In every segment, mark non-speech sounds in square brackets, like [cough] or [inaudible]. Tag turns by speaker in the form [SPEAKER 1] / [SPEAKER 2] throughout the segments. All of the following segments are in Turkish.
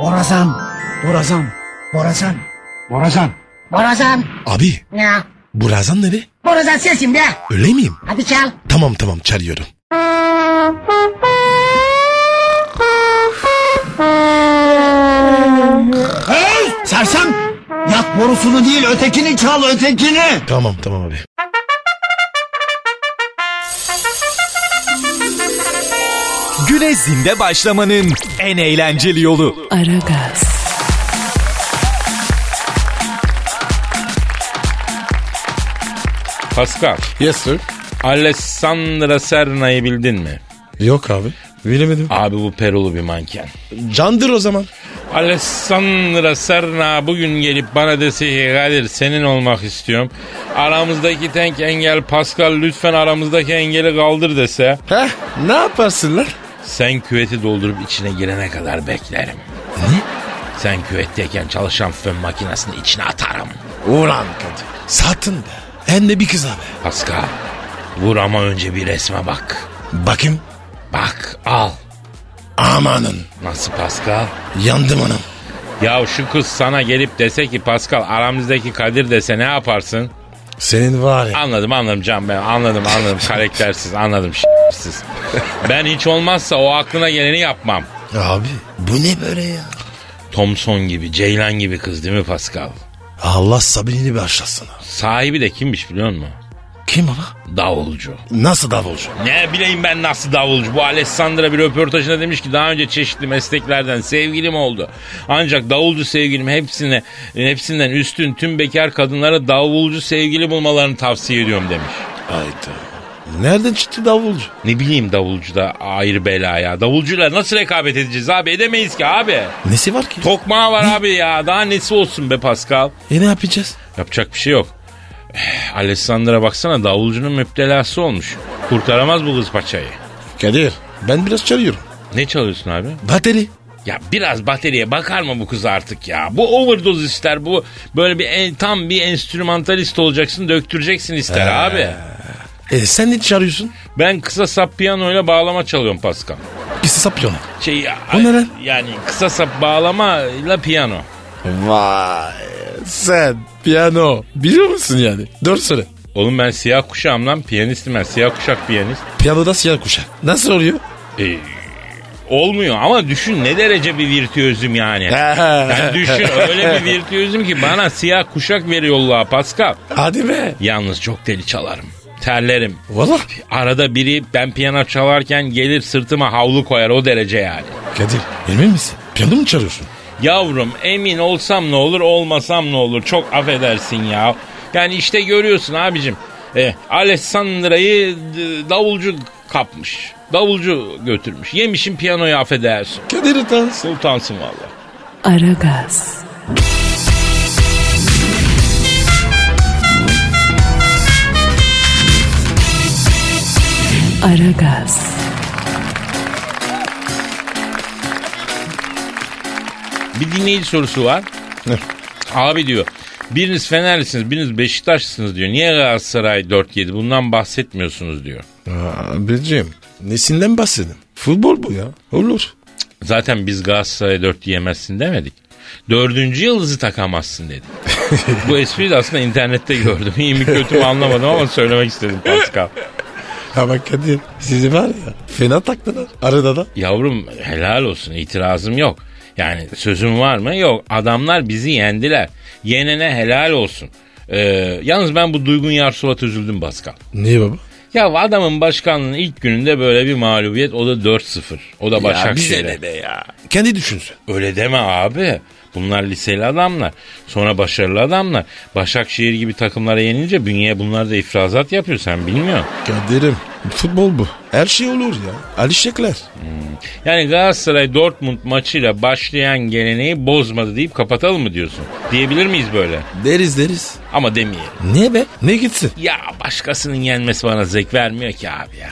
[SPEAKER 1] Borazan.
[SPEAKER 2] Borazan.
[SPEAKER 1] Borazan.
[SPEAKER 2] Borazan.
[SPEAKER 1] Borazan.
[SPEAKER 3] Abi
[SPEAKER 1] Ne?
[SPEAKER 3] bu razan ne be?
[SPEAKER 1] Borazan sensin be.
[SPEAKER 3] Öyle miyim?
[SPEAKER 1] Hadi çal.
[SPEAKER 3] Tamam tamam çalıyorum.
[SPEAKER 2] Hey sersem. Yak borusunu değil ötekini çal ötekini.
[SPEAKER 3] Tamam tamam abi.
[SPEAKER 4] Güne zinde başlamanın en eğlenceli yolu.
[SPEAKER 5] Aragaz,
[SPEAKER 6] Pascal,
[SPEAKER 3] Yes sir.
[SPEAKER 6] Alessandra Serna'yı bildin mi?
[SPEAKER 3] Yok abi. Bilemedim.
[SPEAKER 6] Abi bu Perulu bir manken.
[SPEAKER 3] Candır o zaman.
[SPEAKER 6] Alessandra Serna bugün gelip bana dese ki Kadir senin olmak istiyorum. Aramızdaki tek engel Pascal lütfen aramızdaki engeli kaldır dese
[SPEAKER 3] Heh ne yaparsın lan?
[SPEAKER 6] sen küveti doldurup içine girene kadar beklerim. Sen küvetteyken çalışan fön makinesini içine atarım.
[SPEAKER 3] Ulan Kadir. Satın be. Hem de bir kız abi.
[SPEAKER 6] Pascal vur ama önce bir resme bak.
[SPEAKER 3] Bakayım.
[SPEAKER 6] Bak al.
[SPEAKER 3] Amanın.
[SPEAKER 6] Nasıl Pascal?
[SPEAKER 3] Yandım anam.
[SPEAKER 6] Ya şu kız sana gelip dese ki Pascal aramızdaki Kadir dese ne yaparsın?
[SPEAKER 3] Senin var ya.
[SPEAKER 6] Anladım anladım Can ben anladım anladım karaktersiz anladım şerefsiz. Ben hiç olmazsa o aklına geleni yapmam.
[SPEAKER 3] Abi bu ne böyle ya?
[SPEAKER 6] Thompson gibi Ceylan gibi kız değil mi Pascal?
[SPEAKER 3] Allah sabrini bağışlasın.
[SPEAKER 6] Sahibi de kimmiş biliyor musun?
[SPEAKER 3] Kim baba?
[SPEAKER 6] Davulcu.
[SPEAKER 3] Nasıl davulcu?
[SPEAKER 6] Ne bileyim ben nasıl davulcu. Bu Alessandra bir röportajında demiş ki daha önce çeşitli mesleklerden sevgilim oldu. Ancak davulcu sevgilim hepsine hepsinden üstün tüm bekar kadınlara davulcu sevgili bulmalarını tavsiye ediyorum demiş.
[SPEAKER 3] Hayda. Nereden çıktı davulcu?
[SPEAKER 6] Ne bileyim davulcu da ayrı bela ya. Davulcuyla nasıl rekabet edeceğiz abi? Edemeyiz ki abi.
[SPEAKER 3] Nesi var ki?
[SPEAKER 6] Tokmağı var abi ya. Daha nesi olsun be Pascal?
[SPEAKER 3] E ne yapacağız?
[SPEAKER 6] Yapacak bir şey yok. Eh, Alessandra baksana davulcunun müptelası olmuş. Kurtaramaz bu kız paçayı.
[SPEAKER 3] Kadir ben biraz çalıyorum.
[SPEAKER 6] Ne çalıyorsun abi?
[SPEAKER 3] Bateri.
[SPEAKER 6] Ya biraz bataryaya bakar mı bu kız artık ya? Bu overdose ister. Bu böyle bir en- tam bir enstrümantalist olacaksın, döktüreceksin ister abi.
[SPEAKER 3] E sen ne çağırıyorsun?
[SPEAKER 6] Ben kısa sap piyanoyla bağlama çalıyorum Pascal.
[SPEAKER 3] Pisi sapyonu.
[SPEAKER 6] Şey,
[SPEAKER 3] O ne lan?
[SPEAKER 6] Yani kısa sap bağlamayla piyano.
[SPEAKER 3] Vay. Sen piyano biliyor musun yani? Dört sene.
[SPEAKER 6] Oğlum ben siyah kuşağım lan. Piyanistim ben. Siyah kuşak piyanist.
[SPEAKER 3] Piyanoda siyah kuşak. Nasıl oluyor?
[SPEAKER 6] Ee, olmuyor ama düşün ne derece bir virtüözüm yani. Yani
[SPEAKER 3] [laughs]
[SPEAKER 6] düşün öyle bir virtüözüm ki bana siyah kuşak veriyorlar Pascal.
[SPEAKER 3] Hadi be.
[SPEAKER 6] Yalnız çok deli çalarım. Terlerim.
[SPEAKER 3] Valla.
[SPEAKER 6] Arada biri ben piyano çalarken gelir sırtıma havlu koyar o derece yani.
[SPEAKER 3] Kadir emin misin? Piyano mu çalıyorsun?
[SPEAKER 6] Yavrum emin olsam ne olur olmasam ne olur çok affedersin ya. Yani işte görüyorsun abicim. E, Alessandra'yı d- davulcu kapmış. Davulcu götürmüş. Yemişim piyanoyu affedersin.
[SPEAKER 3] Kadir utansın.
[SPEAKER 6] Sultansın valla.
[SPEAKER 5] Aragaz, Aragaz,
[SPEAKER 6] Bir dinleyici sorusu var.
[SPEAKER 3] Ne?
[SPEAKER 6] Abi diyor biriniz Fenerlisiniz biriniz Beşiktaşlısınız diyor. Niye Galatasaray 4-7 bundan bahsetmiyorsunuz diyor.
[SPEAKER 3] Abicim nesinden bahsedin? Futbol bu ya. Olur.
[SPEAKER 6] Zaten biz Galatasaray'a dört yemezsin demedik. Dördüncü yıldızı takamazsın dedik. Bu espriyi de aslında internette gördüm. İyi mi kötü mü anlamadım ama söylemek istedim Pascal.
[SPEAKER 3] Ama Kadir sizi var ya fena taktılar arada da.
[SPEAKER 6] Yavrum helal olsun itirazım yok. Yani sözüm var mı? Yok. Adamlar bizi yendiler. Yenene helal olsun. Ee, yalnız ben bu Duygun Yarsulat üzüldüm Pascal.
[SPEAKER 3] Niye baba?
[SPEAKER 6] Ya adamın başkanlığının ilk gününde böyle bir mağlubiyet o da 4-0. O da Başakşehir'e.
[SPEAKER 3] Kendi düşünsün.
[SPEAKER 6] Öyle deme abi. Bunlar liseli adamlar. Sonra başarılı adamlar. Başakşehir gibi takımlara yenilince bünyeye bunlar da ifrazat yapıyor. Sen bilmiyorsun.
[SPEAKER 3] Kadir'im futbol bu. Her şey olur ya. Alişekler.
[SPEAKER 6] Yani Galatasaray Dortmund maçıyla başlayan geleneği bozmadı deyip kapatalım mı diyorsun? Diyebilir miyiz böyle?
[SPEAKER 3] Deriz deriz.
[SPEAKER 6] Ama demeyelim.
[SPEAKER 3] Niye be? Ne gitsin?
[SPEAKER 6] Ya başkasının yenmesi bana zevk vermiyor ki abi ya.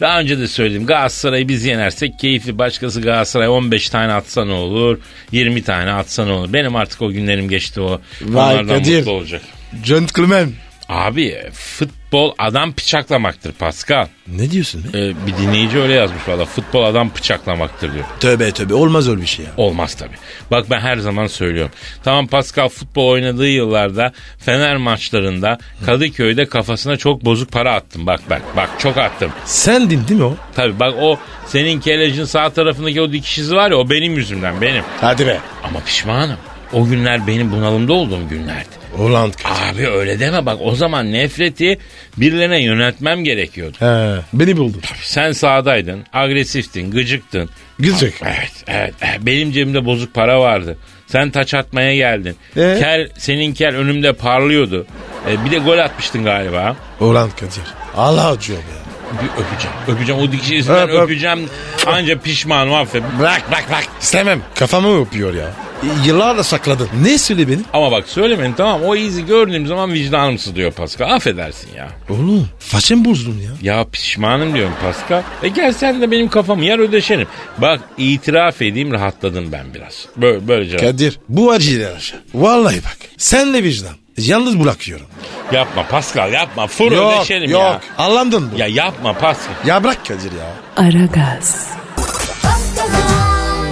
[SPEAKER 6] Daha önce de söyledim Galatasaray'ı biz yenersek keyifli başkası Galatasaray 15 tane atsa ne olur 20 tane atsa ne olur. Benim artık o günlerim geçti o.
[SPEAKER 3] Vay
[SPEAKER 6] Onlardan
[SPEAKER 3] Kadir.
[SPEAKER 6] mutlu olacak.
[SPEAKER 3] Gentleman.
[SPEAKER 6] Abi futbol adam bıçaklamaktır Pascal.
[SPEAKER 3] Ne diyorsun be?
[SPEAKER 6] Ee, bir dinleyici öyle yazmış valla. Futbol adam bıçaklamaktır diyor.
[SPEAKER 3] Tövbe tövbe olmaz öyle bir şey ya.
[SPEAKER 6] Olmaz tabii. Bak ben her zaman söylüyorum. Tamam Pascal futbol oynadığı yıllarda Fener maçlarında Kadıköy'de kafasına çok bozuk para attım. Bak bak bak çok attım.
[SPEAKER 3] Sendin değil mi o?
[SPEAKER 6] Tabii bak o senin kelecin sağ tarafındaki o dikiş izi var ya o benim yüzümden benim.
[SPEAKER 3] Hadi be.
[SPEAKER 6] Ama pişmanım. O günler benim bunalımda olduğum günlerdi.
[SPEAKER 3] Ulan.
[SPEAKER 6] Abi öyle deme bak o zaman nefreti birilerine yöneltmem gerekiyordu.
[SPEAKER 3] He, beni buldun.
[SPEAKER 6] Sen sağdaydın, agresiftin, gıcıktın.
[SPEAKER 3] Gidecek.
[SPEAKER 6] Evet, evet. eh, Benim cebimde bozuk para vardı. Sen taç atmaya geldin.
[SPEAKER 3] Ee?
[SPEAKER 6] Kel, senin kel önümde parlıyordu. E, bir de gol atmıştın galiba.
[SPEAKER 3] Ulan Kadir. Allah acıyor ya.
[SPEAKER 6] Bir öpeceğim. Öpeceğim o dikiş izinden
[SPEAKER 3] Öp, öp.
[SPEAKER 6] öpeceğim. Anca pişmanım affet.
[SPEAKER 3] Bırak bırak bırak. İstemem. Kafamı öpüyor ya. Y- Yıllarla sakladın. Ne söyle benim?
[SPEAKER 6] Ama bak söylemeyin tamam o izi gördüğüm zaman vicdanım sızlıyor Pascal. Affedersin ya.
[SPEAKER 3] Oğlum façem bozdun ya.
[SPEAKER 6] Ya pişmanım diyorum Pascal. E gel sen de benim kafamı yer ödeşelim. Bak itiraf edeyim rahatladım ben biraz. Böyle, böylece
[SPEAKER 3] Kadir bu acıyla aşağı. Vallahi bak. Senle vicdan. Yalnız bırakıyorum.
[SPEAKER 6] yapma Pascal yapma. Fır ödeşelim
[SPEAKER 3] yok.
[SPEAKER 6] ya.
[SPEAKER 3] Anladın mı?
[SPEAKER 6] Ya yapma Pascal.
[SPEAKER 3] ya bırak Kadir ya.
[SPEAKER 5] Aragaz,
[SPEAKER 7] Pascalão,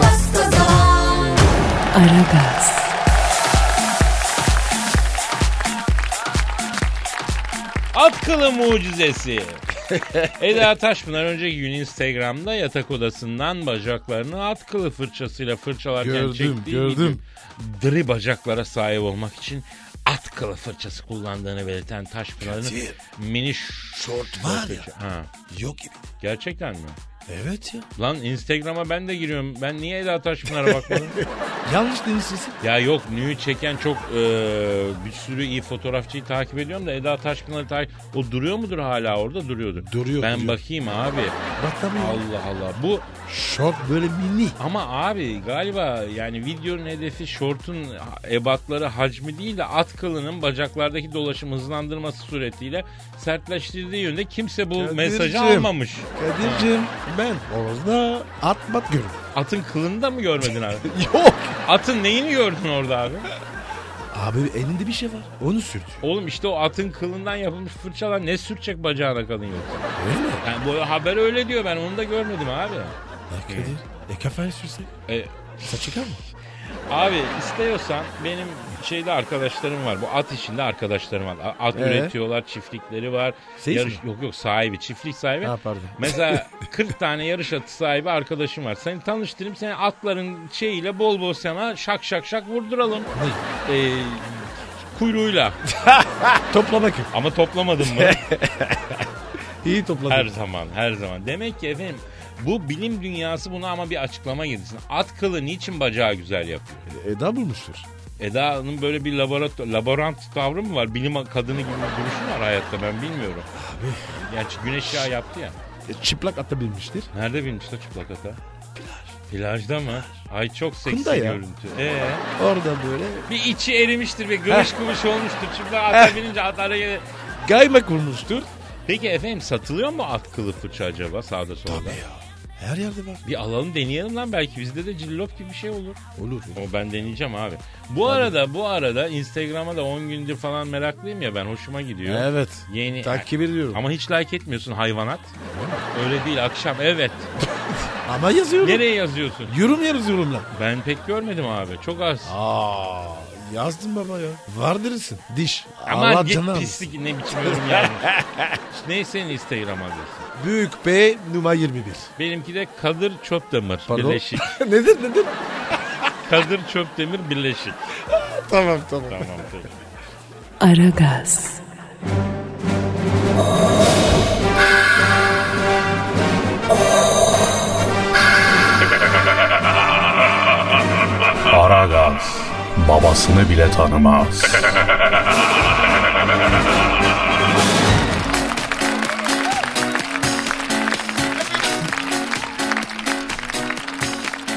[SPEAKER 7] Pascalão,
[SPEAKER 5] Aragaz,
[SPEAKER 3] [laughs]
[SPEAKER 6] Atkılı mucizesi. Eda Taşpınar önceki gün Instagram'da yatak odasından bacaklarını atkılı fırçasıyla fırçalarken
[SPEAKER 8] Gördüm,
[SPEAKER 6] çektiği
[SPEAKER 8] gördüm.
[SPEAKER 6] video, dri bacaklara sahip olmak için atkılı fırçası kullandığını belirten Taşpınar'ın
[SPEAKER 3] Kadir.
[SPEAKER 6] mini short
[SPEAKER 3] var ya.
[SPEAKER 6] Ha,
[SPEAKER 3] Yok gibi.
[SPEAKER 6] gerçekten mi?
[SPEAKER 3] Evet ya.
[SPEAKER 6] Lan Instagram'a ben de giriyorum. Ben niye Eda Taşpınar'a bakmadım?
[SPEAKER 3] Yanlış denizlisin.
[SPEAKER 6] ya yok nüğü çeken çok e, bir sürü iyi fotoğrafçıyı takip ediyorum da Eda Taşpınar'ı takip... O duruyor mudur hala orada? Duruyordur.
[SPEAKER 3] Duruyor,
[SPEAKER 6] Ben
[SPEAKER 3] duruyor.
[SPEAKER 6] bakayım abi.
[SPEAKER 3] Bak tabii. ya.
[SPEAKER 6] Allah Allah. Bu
[SPEAKER 3] Şort böyle mini.
[SPEAKER 6] ama abi galiba yani videonun hedefi şortun ebatları hacmi değil de at kılının bacaklardaki dolaşım hızlandırması suretiyle sertleştirdiği yönde kimse bu
[SPEAKER 3] Kadir'cim.
[SPEAKER 6] mesajı almamış.
[SPEAKER 3] Kadir'cim ben orada at bat görürüm.
[SPEAKER 6] [laughs] Atın kılını da mı görmedin abi?
[SPEAKER 3] Yok.
[SPEAKER 6] Atın neyini gördün orada abi?
[SPEAKER 3] Abi elinde bir şey var. Onu sürdü.
[SPEAKER 6] Oğlum işte o atın kılından yapılmış fırçalar ne sürtecek bacağına kadın yoksa.
[SPEAKER 3] Öyle mi?
[SPEAKER 6] Yani bu haber öyle diyor ben onu da görmedim abi.
[SPEAKER 3] Ya Kadir. E kafayı sürsek?
[SPEAKER 6] E,
[SPEAKER 3] Saçı mı?
[SPEAKER 6] Abi istiyorsan benim şeyde arkadaşlarım var. Bu at işinde arkadaşlarım var. A- At
[SPEAKER 3] Ee?
[SPEAKER 6] üretiyorlar, çiftlikleri var.
[SPEAKER 3] Siz
[SPEAKER 6] Yok yok sahibi, çiftlik sahibi.
[SPEAKER 3] Ha, pardon. [laughs]
[SPEAKER 6] Mesela 40 tane yarış atı sahibi arkadaşım var. Seni tanıştırayım. Seni atların şeyiyle bol bol sana şak şak şak vurduralım. Ee, kuyruğuyla.
[SPEAKER 3] Toplamak.
[SPEAKER 6] Ama toplamadın
[SPEAKER 3] [laughs]
[SPEAKER 6] mı?
[SPEAKER 3] İyi topladık.
[SPEAKER 6] Her zaman her zaman. Demek ki efendim bu bilim dünyası buna ama bir açıklama getirsin. At kılı niçin bacağı güzel yapıyor?
[SPEAKER 3] Eda bulmuştur.
[SPEAKER 6] Eda'nın böyle bir laboratuvar, laborant tavrı mı var? Bilim kadını gibi bir duruşu mu var hayatta ben bilmiyorum. Abi. Gerçi güneş yağı yaptı ya.
[SPEAKER 3] E, çıplak atabilmiştir.
[SPEAKER 6] Nerede bilmiş la çıplak ata? Plajda mı? Ay çok seksi
[SPEAKER 3] Kumda ya.
[SPEAKER 6] görüntü. Ee,
[SPEAKER 3] Orada böyle
[SPEAKER 6] bir içi erimiştir ve gıvış gıvış olmuştur. Çıplak ata binince at araya...
[SPEAKER 3] gayma kurmuştur.
[SPEAKER 6] Peki efendim satılıyor mu at kılı fırça acaba sağda solda?
[SPEAKER 3] Her yerde var.
[SPEAKER 6] Bir alalım deneyelim lan belki bizde de cillop gibi bir şey olur.
[SPEAKER 3] Olur.
[SPEAKER 6] O ben deneyeceğim abi. Bu arada bu arada Instagram'a da 10 gündür falan meraklıyım ya ben hoşuma gidiyor.
[SPEAKER 3] Evet.
[SPEAKER 6] Yeni
[SPEAKER 3] Takip ediyorum. Ama,
[SPEAKER 6] Ama hiç like etmiyorsun hayvanat. Öyle değil akşam evet.
[SPEAKER 3] yazıyorum.
[SPEAKER 6] Nereye yazıyorsun?
[SPEAKER 3] Yorum yazıyorum lan.
[SPEAKER 6] Ben pek görmedim abi. Çok az.
[SPEAKER 3] Aa, yazdım baba ya. Var derisin. Diş.
[SPEAKER 6] Ama
[SPEAKER 3] Allah
[SPEAKER 6] git
[SPEAKER 3] canına
[SPEAKER 6] pislik ne biçim yorum yani. ne senin Instagram adresin?
[SPEAKER 3] alsın. Büyük P numara 21.
[SPEAKER 6] Benimki de Kadir Çöpdemir
[SPEAKER 3] Pardon?
[SPEAKER 6] birleşik.
[SPEAKER 3] [laughs] nedir nedir?
[SPEAKER 6] Kadir Çöpdemir birleşik.
[SPEAKER 3] Tamam tamam.
[SPEAKER 6] Tamam peki.
[SPEAKER 5] Aragaz,
[SPEAKER 9] Aragaz babasını bile tanımaz.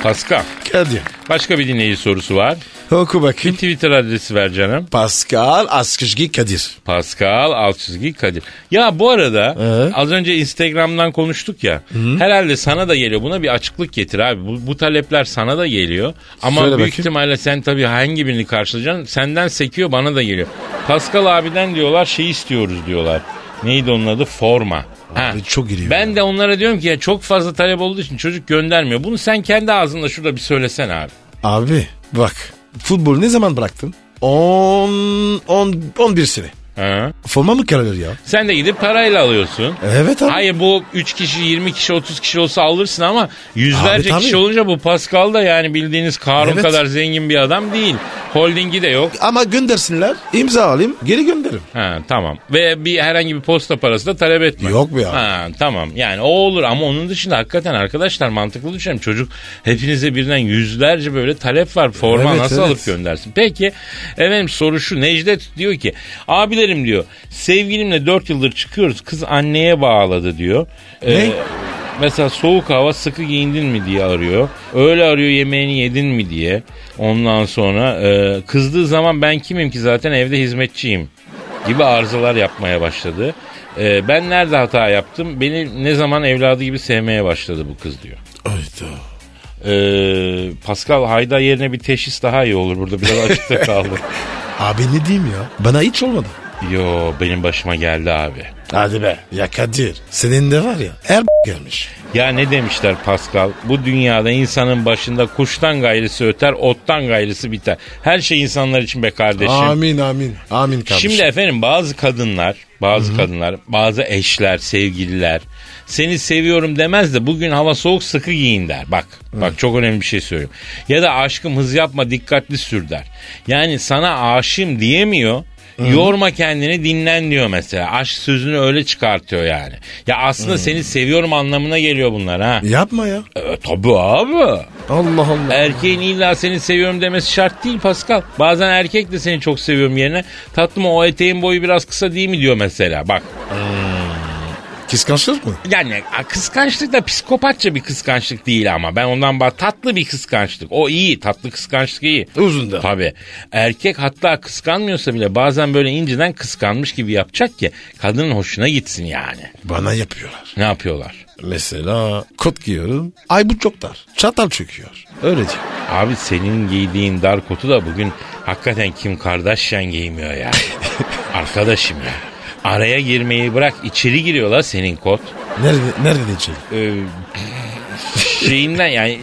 [SPEAKER 6] Pascal
[SPEAKER 3] Kadir.
[SPEAKER 6] başka bir dinleyici sorusu var.
[SPEAKER 3] Oku bakayım.
[SPEAKER 6] Twitter adresi ver canım.
[SPEAKER 3] Pascal Askışgi Kadir.
[SPEAKER 6] Pascal alt çizgi Kadir. Ya bu arada
[SPEAKER 3] Ee?
[SPEAKER 6] az önce Instagram'dan konuştuk ya. Herhalde sana da geliyor. Buna bir açıklık getir abi. Bu, bu talepler sana da geliyor. Ama
[SPEAKER 3] Söyle
[SPEAKER 6] büyük
[SPEAKER 3] bakayım.
[SPEAKER 6] ihtimalle sen tabii hangi birini karşılayacaksın? Senden sekiyor bana da geliyor. Pascal abiden diyorlar şey istiyoruz diyorlar. Neydi onun adı? Forma. Ha.
[SPEAKER 3] çok giriyor.
[SPEAKER 6] Ben de onlara diyorum ki ya çok fazla talep olduğu için çocuk göndermiyor. Bunu sen kendi ağzında şurada bir söylesen abi.
[SPEAKER 3] Abi bak futbolu ne zaman bıraktın? 10 10 11 sene.
[SPEAKER 6] Ha?
[SPEAKER 3] Forma mı kararır ya?
[SPEAKER 6] Sen de gidip parayla alıyorsun.
[SPEAKER 3] Evet abi.
[SPEAKER 6] Hayır bu 3 kişi 20 kişi 30 kişi olsa alırsın ama
[SPEAKER 3] Abi,
[SPEAKER 6] yüzlerce
[SPEAKER 3] tabii.
[SPEAKER 6] kişi olunca bu Pascal da yani bildiğiniz Karun
[SPEAKER 3] Evet.
[SPEAKER 6] kadar zengin bir adam değil. Holdingi de yok.
[SPEAKER 3] Ama göndersinler. imza alayım. Geri gönderirim.
[SPEAKER 6] Ha tamam. Ve bir herhangi bir posta parası da talep etme.
[SPEAKER 3] Yok mu ya?
[SPEAKER 6] Ha tamam. Yani o olur ama onun dışında hakikaten arkadaşlar mantıklı düşünelim. Çocuk hepinize birden yüzlerce böyle talep var. Forma
[SPEAKER 3] Evet,
[SPEAKER 6] nasıl
[SPEAKER 3] evet.
[SPEAKER 6] alıp göndersin? Peki efendim soru şu. Necdet diyor ki abilerim diyor sevgilimle 4 yıldır çıkıyoruz. Kız anneye bağladı diyor. Ee,
[SPEAKER 3] Ne?
[SPEAKER 6] Mesela soğuk hava sıkı giyindin mi diye arıyor. Öyle arıyor yemeğini yedin mi diye. Ondan sonra e, kızdığı zaman ben kimim ki zaten evde hizmetçiyim gibi arızalar yapmaya başladı. E, ben nerede hata yaptım? Beni ne zaman evladı gibi sevmeye başladı bu kız diyor.
[SPEAKER 3] Hayda.
[SPEAKER 6] E, Pascal Hayda yerine bir teşhis daha iyi olur. Burada biraz açıkta kaldı.
[SPEAKER 3] Abi ne diyeyim ya? Bana hiç olmadı.
[SPEAKER 6] Yo benim başıma geldi abi.
[SPEAKER 3] Hadi be. Ya Kadir. Senin de var ya. Her gelmiş.
[SPEAKER 6] Ya ne demişler Pascal? Bu dünyada insanın başında kuştan gayrısı öter, ottan gayrısı biter. Her şey insanlar için be kardeşim.
[SPEAKER 3] Amin amin. Amin kardeşim.
[SPEAKER 6] Şimdi efendim bazı kadınlar, bazı kadınlar, bazı eşler, sevgililer seni seviyorum demez de bugün hava soğuk sıkı giyin der. Bak, bak çok önemli bir şey söylüyorum. Ya da aşkım hız yapma dikkatli sür der. Yani sana aşığım diyemiyor. Yorma kendini dinlen diyor mesela. Aşk sözünü öyle çıkartıyor yani. Ya aslında seni seviyorum anlamına geliyor bunlar ha.
[SPEAKER 3] Yapma ya.
[SPEAKER 6] E, tabii abi.
[SPEAKER 3] Allah Allah.
[SPEAKER 6] Erkeğin illa seni seviyorum demesi şart değil Pascal. Bazen erkek de seni çok seviyorum yerine tatlım o eteğin boyu biraz kısa değil mi diyor mesela bak.
[SPEAKER 3] Kıskançlık mı?
[SPEAKER 6] Yani a, kıskançlık da psikopatça bir kıskançlık değil ama ben ondan bah tatlı bir kıskançlık. O iyi tatlı kıskançlık iyi.
[SPEAKER 3] Uzun da.
[SPEAKER 6] Tabii. Erkek hatta kıskanmıyorsa bile bazen böyle inciden kıskanmış gibi yapacak ki kadının hoşuna gitsin yani.
[SPEAKER 3] Bana yapıyorlar.
[SPEAKER 6] Ne yapıyorlar?
[SPEAKER 3] Mesela kot giyiyorum. Ay bu çok dar. Çatal çöküyor. Öyle diyor.
[SPEAKER 6] Abi senin giydiğin dar kotu da bugün hakikaten Kim Kardashian giymiyor ya. Arkadaşım ya. Araya girmeyi bırak içeri giriyor la senin kot.
[SPEAKER 3] Nerede, nerede içeri?
[SPEAKER 6] Ee, şeyinden yani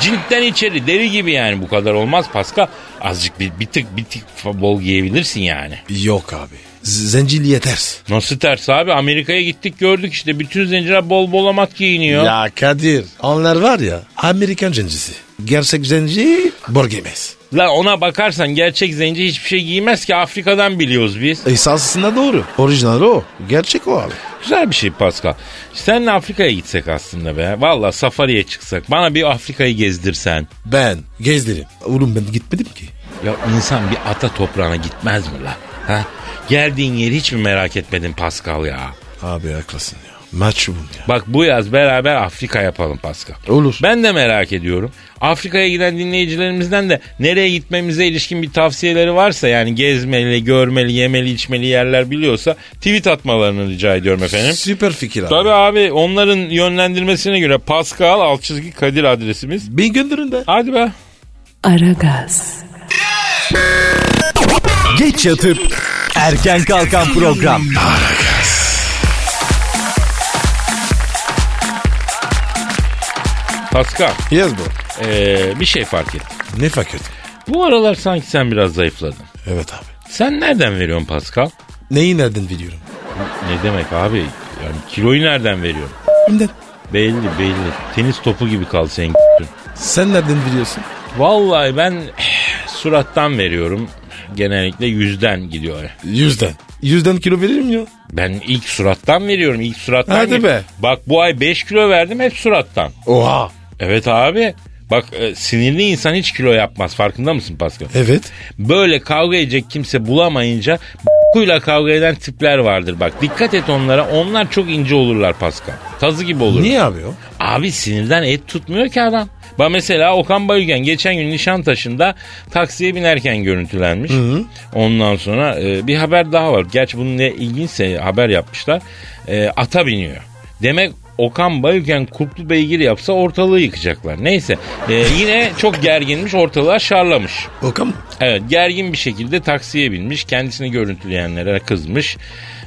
[SPEAKER 6] ciltten içeri deri gibi yani bu kadar olmaz Paska. Azıcık bir, bir tık bir tık bol giyebilirsin yani.
[SPEAKER 3] Yok abi. Z- zencili yeter.
[SPEAKER 6] Nasıl ters abi Amerika'ya gittik gördük işte bütün zenciler bol bol amat giyiniyor.
[SPEAKER 3] Ya Kadir. Onlar var ya Amerikan zencisi. Gerçek zenci borgemez.
[SPEAKER 6] La ona bakarsan gerçek zenci hiçbir şey giymez ki Afrika'dan biliyoruz biz.
[SPEAKER 3] Esasında doğru. Orijinal o. Gerçek o abi.
[SPEAKER 6] Güzel bir şey Pascal. Seninle Afrika'ya gitsek aslında be. Valla safariye çıksak. Bana bir Afrika'yı gezdirsen.
[SPEAKER 3] Ben gezdirim. Oğlum ben gitmedim ki.
[SPEAKER 6] Ya insan bir ata toprağına gitmez mi la? Ha? Geldiğin yeri hiç mi merak etmedin Pascal ya?
[SPEAKER 3] Abi haklısın ya. Mahcubum ya.
[SPEAKER 6] Bak bu yaz beraber Afrika yapalım Pascal.
[SPEAKER 3] Olur.
[SPEAKER 6] Ben de merak ediyorum. Afrika'ya giden dinleyicilerimizden de nereye gitmemize ilişkin bir tavsiyeleri varsa yani gezmeli, görmeli, yemeli, içmeli yerler biliyorsa tweet atmalarını rica ediyorum efendim.
[SPEAKER 3] Süper fikir abi.
[SPEAKER 6] Tabii abi onların yönlendirmesine göre Pascal alt çizgi Kadir adresimiz.
[SPEAKER 3] Bir gönderin de.
[SPEAKER 6] Hadi be.
[SPEAKER 5] Aragaz,
[SPEAKER 4] Geç yatıp erken kalkan program.
[SPEAKER 6] Pascal
[SPEAKER 3] Yaz bu.
[SPEAKER 6] ee, bir şey fark ettim.
[SPEAKER 3] Ne fakir?
[SPEAKER 6] Bu aralar sanki sen biraz zayıfladın.
[SPEAKER 3] Evet abi.
[SPEAKER 6] Sen nereden veriyorsun Pascal?
[SPEAKER 3] Neyi nereden biliyorum?
[SPEAKER 6] Ne demek abi? Yani kiloyu nereden veriyorsun?
[SPEAKER 3] Kimden?
[SPEAKER 6] Belli belli. Tenis topu gibi kal senin
[SPEAKER 3] Sen nereden biliyorsun?
[SPEAKER 6] Vallahi ben eh, surattan veriyorum. Genellikle yüzden gidiyor.
[SPEAKER 3] Yüzden. Yüzden kilo veririm ya.
[SPEAKER 6] Ben ilk surattan veriyorum. ilk surattan.
[SPEAKER 3] Hadi
[SPEAKER 6] gel-
[SPEAKER 3] be.
[SPEAKER 6] Bak bu ay 5 kilo verdim hep surattan.
[SPEAKER 3] Oha.
[SPEAKER 6] Evet abi. Bak e, sinirli insan hiç kilo yapmaz. Farkında mısın Pascal?
[SPEAKER 3] Evet.
[SPEAKER 6] Böyle kavga edecek kimse bulamayınca kokuyla kavga eden tipler vardır bak. Dikkat et onlara. Onlar çok ince olurlar Pascal. Tazı gibi olur.
[SPEAKER 3] Niye abi o?
[SPEAKER 6] Abi sinirden et tutmuyor ki adam. Bak mesela Okan Bayülgen geçen gün Nişantaşı'nda taksiye binerken görüntülenmiş. Ondan sonra e, bir haber daha var. Gerçi bunun ne ilginçse haber yapmışlar. E, ata biniyor. Demek Okan Bayülgen kulplu beygir yapsa ortalığı yıkacaklar. Neyse e, yine çok gerginmiş ortalığa şarlamış.
[SPEAKER 3] Okan mı?
[SPEAKER 6] Evet gergin bir şekilde taksiye binmiş. Kendisini görüntüleyenlere kızmış.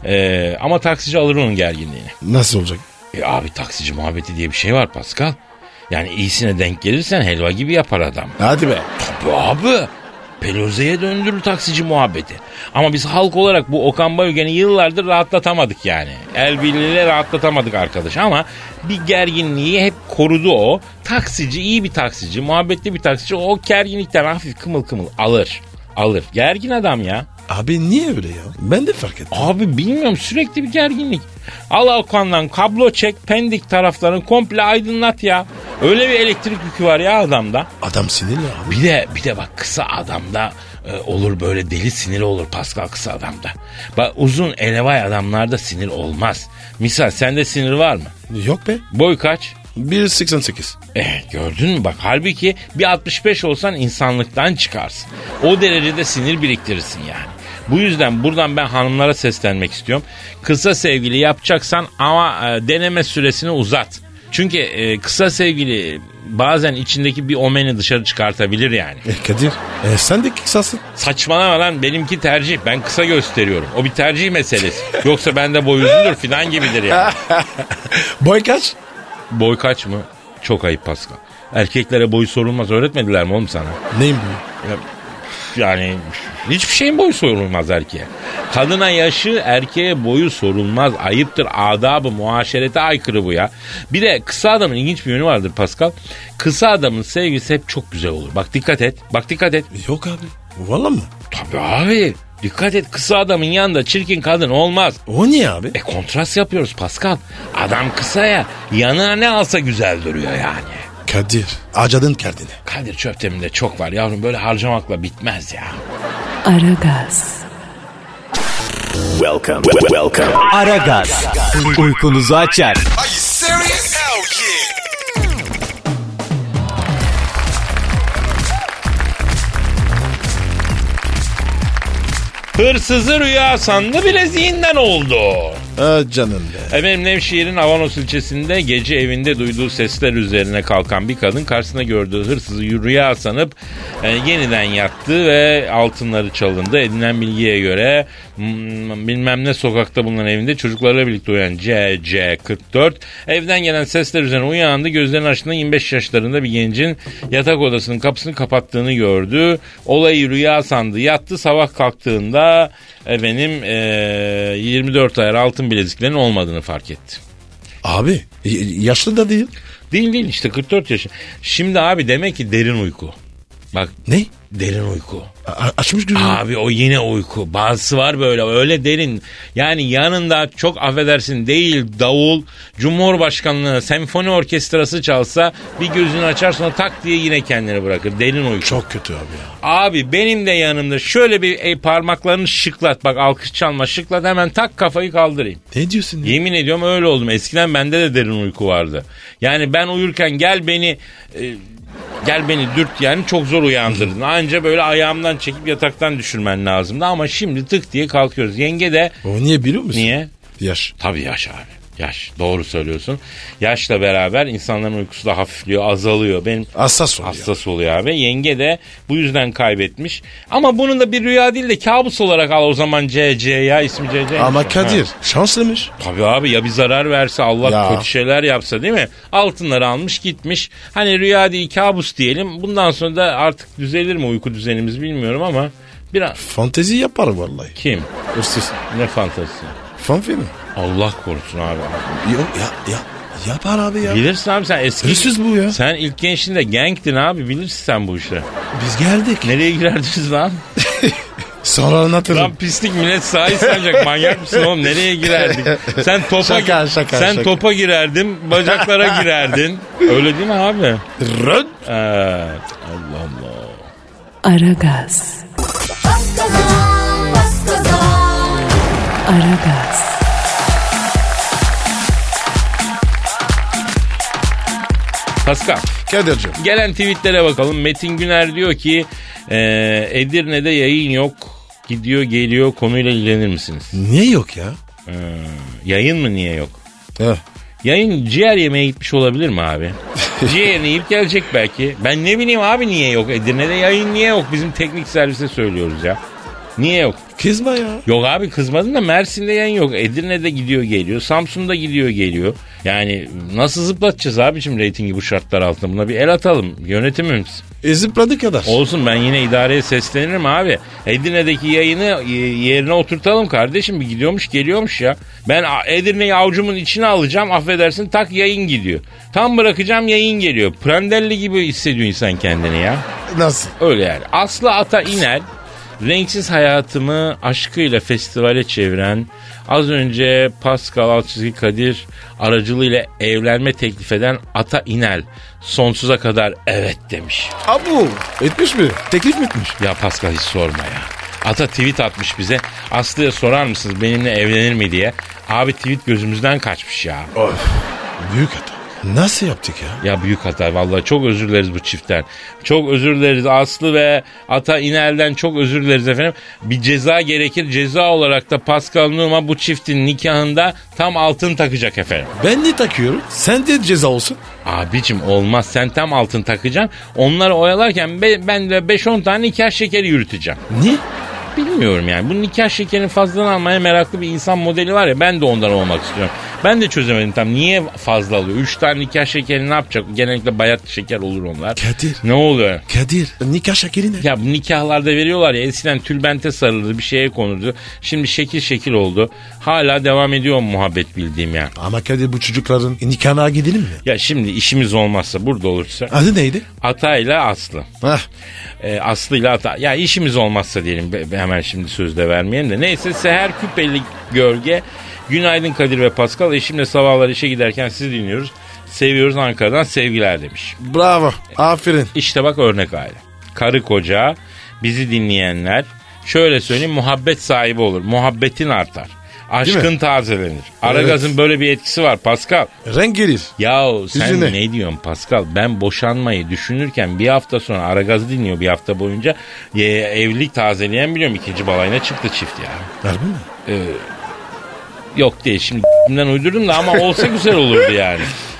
[SPEAKER 6] E, ama taksici alır onun gerginliğini.
[SPEAKER 3] Nasıl olacak?
[SPEAKER 6] E abi taksici muhabbeti diye bir şey var Pascal. Yani iyisine denk gelirsen helva gibi yapar adam.
[SPEAKER 3] Hadi be.
[SPEAKER 6] Tabii abi. Pelozeye döndürür taksici muhabbeti. Ama biz halk olarak bu Okan Bayülgen'i yıllardır rahatlatamadık yani. El birliğiyle rahatlatamadık arkadaş ama bir gerginliği hep korudu o. Taksici iyi bir taksici, muhabbetli bir taksici o gerginlikten hafif kımıl kımıl alır. Alır. Gergin adam ya.
[SPEAKER 3] Abi niye öyle ya? Ben de fark ettim.
[SPEAKER 6] Abi bilmiyorum sürekli bir gerginlik. Al Okan'dan kablo çek pendik taraflarını komple aydınlat ya. Öyle bir elektrik yükü var ya adamda.
[SPEAKER 3] Adam sinirli abi.
[SPEAKER 6] Bir de bir de bak kısa adamda e, olur böyle deli siniri olur Pascal kısa adamda. Bak uzun elevay adamlarda sinir olmaz. Misal sende sinir var mı?
[SPEAKER 3] Yok be.
[SPEAKER 6] Boy kaç?
[SPEAKER 3] 1.88.
[SPEAKER 6] Eh gördün mü bak halbuki bir 65 olsan insanlıktan çıkarsın. O derecede sinir biriktirirsin yani. Bu yüzden buradan ben hanımlara seslenmek istiyorum. Kısa sevgili yapacaksan ama e, deneme süresini uzat. Çünkü e, kısa sevgili bazen içindeki bir omeni dışarı çıkartabilir yani.
[SPEAKER 3] E Kadir. E sen de kısasın.
[SPEAKER 6] Saçmalama lan benimki tercih. Ben kısa gösteriyorum. O bir tercih meselesi. Yoksa bende boy uzundur filan gibidir yani.
[SPEAKER 3] Boy kaç?
[SPEAKER 6] Boy kaç mı? Çok ayıp Pascal. Erkeklere boy sorulmaz öğretmediler mi oğlum sana?
[SPEAKER 3] Neyim bu?
[SPEAKER 6] Yani hiçbir şeyin boyu sorulmaz erkeğe. Kadına yaşı erkeğe boyu sorulmaz. Ayıptır. Adabı muaşerete aykırı bu ya. Bir de kısa adamın ilginç bir yönü vardır Pascal. Kısa adamın sevgisi hep çok güzel olur. Bak dikkat et. Bak dikkat et.
[SPEAKER 3] Yok abi. Valla mı?
[SPEAKER 6] Tabii abi. Dikkat et kısa adamın yanında çirkin kadın olmaz.
[SPEAKER 3] O niye abi?
[SPEAKER 6] E kontrast yapıyoruz Pascal. Adam kısa ya. Yanına ne alsa güzel duruyor yani.
[SPEAKER 3] Kadir. Acadın kendini.
[SPEAKER 6] Kadir Çöptemir'de çok var yavrum böyle harcamakla bitmez ya.
[SPEAKER 5] Aragaz,
[SPEAKER 4] Aragaz. Uykunuzu açar.
[SPEAKER 6] Hırsızı rüya sandı bileziğinden oldu.
[SPEAKER 3] Ah canım be.
[SPEAKER 6] Efendim Nevşehir'in Avanos ilçesinde gece evinde duyduğu sesler üzerine kalkan bir kadın karşısına gördüğü hırsızı rüya sanıp e, yeniden yattı ve altınları çalındı. Edinilen bilgiye göre hmm, bilmem ne sokakta bulunan evinde çocuklarla birlikte uyan CC44 evden gelen sesler üzerine uyandı. Gözlerini açtığında 25 yaşlarında bir gencin yatak odasının kapısını kapattığını gördü. Olayı rüya sandı. Yattı sabah kalktığında e, efendim eee, 24 ayar altın bileziklerin olmadığını fark etti.
[SPEAKER 3] Abi y- yaşlı da değil.
[SPEAKER 6] Değil değil işte 44 yaşı. Şimdi abi demek ki derin uyku. Bak
[SPEAKER 3] Ne?
[SPEAKER 6] derin uyku.
[SPEAKER 3] A- açmış gözünü.
[SPEAKER 6] Abi o yine uyku. Bazısı var böyle öyle derin. Yani yanında çok affedersin değil davul, cumhurbaşkanlığı, senfoni orkestrası çalsa bir gözünü açar sonra tak diye yine kendini bırakır. Derin uyku.
[SPEAKER 3] Çok kötü abi ya.
[SPEAKER 6] Abi benim de yanımda şöyle bir e, parmaklarını şıklat. Bak alkış çalma şıklat hemen tak kafayı kaldırayım.
[SPEAKER 3] Ne diyorsun ya?
[SPEAKER 6] Yemin ediyorum öyle oldum. Eskiden bende de derin uyku vardı. Yani ben uyurken gel beni e, gel beni dürt yani çok zor uyandırdın. Anca böyle ayağımdan çekip yataktan düşürmen lazımdı ama şimdi tık diye kalkıyoruz. Yenge de
[SPEAKER 3] O niye biliyor musun?
[SPEAKER 6] niye?
[SPEAKER 3] Yaş.
[SPEAKER 6] Tabii yaş abi. Yaş. Doğru söylüyorsun. Yaşla beraber insanların uykusu da hafifliyor, azalıyor. Benim
[SPEAKER 3] Hassas oluyor.
[SPEAKER 6] hassas oluyor abi. Yenge de bu yüzden kaybetmiş. Ama bunun da bir rüya değil de kabus olarak al o zaman CC ya ismi CC.
[SPEAKER 3] Ama
[SPEAKER 6] Ha.
[SPEAKER 3] Kadir şanslıymış.
[SPEAKER 6] Tabii abi ya bir zarar verse Allah
[SPEAKER 3] Ya.
[SPEAKER 6] kötü şeyler yapsa değil mi? Altınları almış gitmiş. Hani rüya değil kabus diyelim. Bundan sonra da artık düzelir mi uyku düzenimiz bilmiyorum ama biraz
[SPEAKER 3] Fantezi yapar vallahi.
[SPEAKER 6] kim?
[SPEAKER 3] Hırsız.
[SPEAKER 6] Ne fantazisi?
[SPEAKER 3] Fanfi mi?
[SPEAKER 6] Allah korusun abi.
[SPEAKER 3] Yok ya, ya yapar abi ya.
[SPEAKER 6] Bilirsin abi sen eski...
[SPEAKER 3] Hırsız bu ya.
[SPEAKER 6] Sen ilk gençliğinde gangtin abi bilirsin sen bu işi.
[SPEAKER 3] Biz geldik.
[SPEAKER 6] Nereye
[SPEAKER 3] [laughs]
[SPEAKER 6] girerdiniz lan?
[SPEAKER 3] Sonra anlatırım.
[SPEAKER 6] Lan pislik millet sahi sanacak manyak mısın oğlum nereye girerdik? Sen topa
[SPEAKER 3] Şaka, şaka,
[SPEAKER 6] sen
[SPEAKER 3] şaka.
[SPEAKER 6] topa girerdin bacaklara
[SPEAKER 3] [laughs]
[SPEAKER 6] girerdin. Öyle değil mi abi? Ee,
[SPEAKER 3] Rön.
[SPEAKER 6] Evet. Allah Allah.
[SPEAKER 5] Aragaz.
[SPEAKER 7] Pascazão, Pascazão.
[SPEAKER 5] Aragaz,
[SPEAKER 6] Pascal.
[SPEAKER 3] Kadir'cim.
[SPEAKER 6] Gelen tweetlere bakalım. Metin Güner diyor ki e, Edirne'de yayın yok. Gidiyor geliyor konuyla ilgilenir misiniz?
[SPEAKER 3] Niye yok ya?
[SPEAKER 6] Yayın mı niye yok?
[SPEAKER 3] Heh.
[SPEAKER 6] Yayın ciğer yemeye gitmiş olabilir mi abi? Ciğerini yiyip gelecek belki. Ben ne bileyim abi niye yok? Edirne'de yayın niye yok? Bizim teknik servise söylüyoruz ya. Niye yok?
[SPEAKER 3] Kızma ya.
[SPEAKER 6] Yok abi kızmadın da Mersin'de yayın yok. Edirne'de gidiyor geliyor. Samsun'da gidiyor geliyor. Yani nasıl zıplatacağız abicim reytingi bu şartlar altında? Buna bir el atalım yönetimimiz.
[SPEAKER 3] E zıpladı kadar.
[SPEAKER 6] Olsun ben yine idareye seslenirim abi. Edirne'deki yayını e, yerine oturtalım kardeşim. Bir gidiyormuş geliyormuş ya. Ben a- Edirne'yi avucumun içine alacağım affedersin tak yayın gidiyor. Tam bırakacağım yayın geliyor. Prandelli gibi hissediyor insan kendini ya.
[SPEAKER 3] Nasıl?
[SPEAKER 6] Öyle yani. Aslı Ata İnel renksiz hayatımı aşkıyla festivale çeviren az önce Pascal Alçızgi Kadir aracılığıyla evlenme teklif eden Ata İnel sonsuza kadar evet demiş.
[SPEAKER 3] Abu. Etmiş mi? Teklif mi etmiş?
[SPEAKER 6] Ya Pascal hiç sorma ya. Ata tweet atmış bize. Aslı'ya sorar mısınız benimle evlenir mi diye. Abi tweet gözümüzden kaçmış ya.
[SPEAKER 3] Büyük hata. Nasıl yaptık ya?
[SPEAKER 6] Ya büyük hata vallahi çok özür dileriz bu çiftten. Çok özür dileriz Aslı ve Ata İnel'den çok özür dileriz efendim. Bir ceza gerekir. Ceza olarak da Pascal Numa bu çiftin nikahında tam altın takacak efendim.
[SPEAKER 3] Ben ne takıyorum? Sen de ceza olsun.
[SPEAKER 6] Abicim olmaz sen tam altın takacaksın. Onları oyalarken be- ben de 5-10 tane nikah şekeri yürüteceğim.
[SPEAKER 3] Ne?
[SPEAKER 6] Bilmiyorum yani. Bu nikah şekerini fazladan almaya meraklı bir insan modeli var ya ben de ondan olmak istiyorum. Ben de çözemedim tam niye fazla alıyor? Üç tane nikah şekeri ne yapacak? Genellikle bayat şeker olur onlar.
[SPEAKER 3] Kadir.
[SPEAKER 6] Ne oluyor?
[SPEAKER 3] Kadir. Nikah şekeri ne?
[SPEAKER 6] Ya bu nikahlarda veriyorlar ya eskiden tülbente sarılırdı bir şeye konurdu. Şimdi şekil şekil oldu. Hala devam ediyor muhabbet bildiğim yani.
[SPEAKER 3] Ama Kadir bu çocukların nikahına gidelim mi?
[SPEAKER 6] Ya şimdi işimiz olmazsa burada olursa
[SPEAKER 3] Adı neydi?
[SPEAKER 6] Ata ile Aslı.
[SPEAKER 3] Hah.
[SPEAKER 6] e, Aslı ile Ata. Ya işimiz olmazsa diyelim be- be- hemen şimdi sözde vermeyelim de. Neyse Seher Küpeli Gölge. Günaydın Kadir ve Pascal. Eşimle sabahlar işe giderken sizi dinliyoruz. Seviyoruz Ankara'dan sevgiler demiş.
[SPEAKER 3] Bravo. Aferin.
[SPEAKER 6] İşte bak örnek aile. Karı koca bizi dinleyenler şöyle söyleyeyim muhabbet sahibi olur. Muhabbetin artar. Aşkın tazelenir. Aragaz'ın böyle bir etkisi var Pascal.
[SPEAKER 3] Renk gelir.
[SPEAKER 6] Yahu sen
[SPEAKER 3] Yüzüne.
[SPEAKER 6] ne diyorsun Pascal? Ben boşanmayı düşünürken bir hafta sonra Aragaz'ı dinliyor bir hafta boyunca. E, evlilik tazeleyen biliyorum ikinci balayına çıktı çift ya.
[SPEAKER 3] Harbi mi?
[SPEAKER 6] Yok değil şimdi [laughs] ben uydurdum da ama olsa güzel olurdu yani.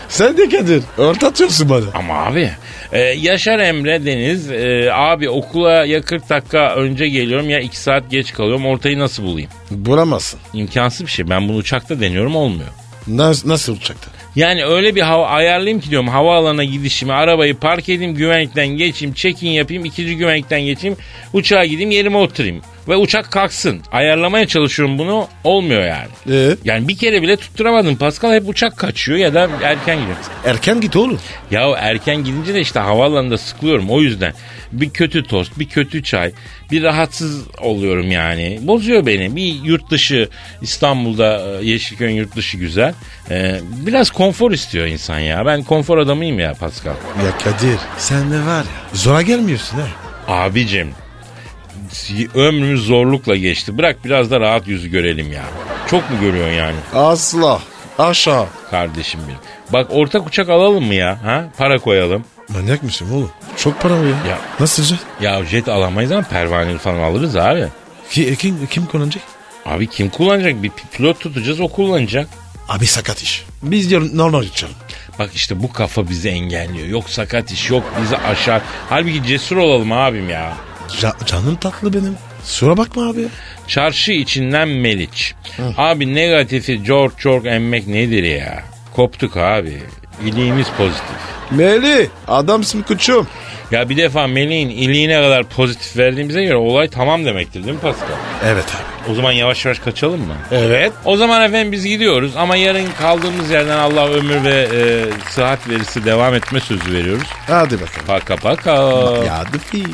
[SPEAKER 3] Sen de Kadir. Orta atıyorsun bana.
[SPEAKER 6] Ama abi e, Yaşar Emre Deniz e, abi okula ya 40 dakika önce geliyorum ya 2 saat geç kalıyorum ortayı nasıl bulayım?
[SPEAKER 3] Bulamazsın.
[SPEAKER 6] İmkansız bir şey ben bunu uçakta deniyorum olmuyor.
[SPEAKER 3] Nasıl, nasıl olacaktı?
[SPEAKER 6] Yani öyle bir hava ayarlayayım ki diyorum havaalanına gidişimi arabayı park edeyim güvenlikten geçeyim check-in yapayım ikinci güvenlikten geçeyim uçağa gideyim yerime oturayım ve uçak kalksın ayarlamaya çalışıyorum bunu olmuyor yani.
[SPEAKER 3] Ee,
[SPEAKER 6] Yani bir kere bile tutturamadım Pascal hep uçak kaçıyor ya da erken gidiyor.
[SPEAKER 3] erken git oğlum.
[SPEAKER 6] Ya erken gidince de işte havaalanında sıkılıyorum o yüzden. Bir kötü tost, bir kötü çay, bir rahatsız oluyorum yani. Bozuyor beni. Bir yurt dışı İstanbul'da e, Yeşilköy'ün yurt dışı güzel. Ee, biraz konfor istiyor insan ya. Ben konfor adamıyım ya Pascal.
[SPEAKER 3] Ya Kadir sen de var ya. Zora gelmiyorsun ha.
[SPEAKER 6] Abicim ömrümüz zorlukla geçti. Bırak biraz da rahat yüzü görelim ya. Çok mu görüyorsun yani
[SPEAKER 3] Asla. Aşağı.
[SPEAKER 6] kardeşim benim? Bak ortak uçak alalım mı ya? Ha? Para koyalım.
[SPEAKER 3] Manyak mısın oğlum? Çok para o ya.
[SPEAKER 6] Ya.
[SPEAKER 3] Nasıl olacak?
[SPEAKER 6] Ya jet alamayız ama pervaneli falan alırız abi.
[SPEAKER 3] Ki, kim, kim kullanacak?
[SPEAKER 6] Abi kim kullanacak? Bir pilot tutacağız o kullanacak.
[SPEAKER 3] Abi sakat iş. Biz diyor normal uçalım.
[SPEAKER 6] Bak işte bu kafa bizi engelliyor. Yok sakat iş yok bizi aşar. Halbuki cesur olalım abim ya.
[SPEAKER 3] Ca- canım tatlı benim. Sura bakma abi.
[SPEAKER 6] Çarşı içinden Meliç. Abi negatifi cork cork emmek nedir ya? Koptuk abi. İliğimiz pozitif.
[SPEAKER 3] Meli adamsın koçum.
[SPEAKER 6] Ya bir defa Melih'in iliğine kadar pozitif verdiğimize göre olay tamam demektir değil mi Pascal?
[SPEAKER 3] Evet abi.
[SPEAKER 6] O zaman yavaş yavaş kaçalım mı?
[SPEAKER 3] Evet.
[SPEAKER 6] O zaman efendim biz gidiyoruz ama yarın kaldığımız yerden Allah ömür ve e, sıhhat verisi devam etme sözü veriyoruz.
[SPEAKER 3] Hadi bakalım.
[SPEAKER 6] Paka paka.
[SPEAKER 3] Ya the film.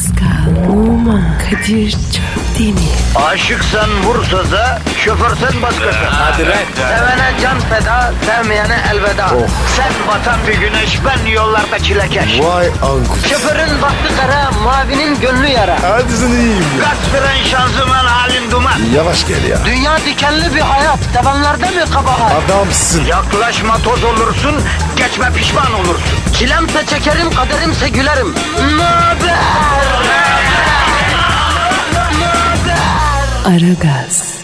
[SPEAKER 5] Pascal, Oman, Kadir çok değil mi?
[SPEAKER 2] Aşıksan vursa da şoförsen başkasın. Hadi
[SPEAKER 4] lan.
[SPEAKER 2] Sevene can
[SPEAKER 10] Seven feda, sevmeyene elveda. Sen batan bir güneş, ben yollarda çilekeş.
[SPEAKER 3] Vay anku.
[SPEAKER 10] Şoförün baktı kara, mavinin gönlü yara.
[SPEAKER 3] Hadi sen iyiyim ya.
[SPEAKER 10] Kasperen şanzıman halin duman.
[SPEAKER 3] Yavaş gel ya.
[SPEAKER 10] Dünya dikenli bir hayat, sevenlerde mi kabahar?
[SPEAKER 3] Adamsın.
[SPEAKER 10] Yaklaşma toz olursun, geçme pişman olursun. Çilemse çekerim, kaderimse gülerim. Möber!
[SPEAKER 5] Aragaz.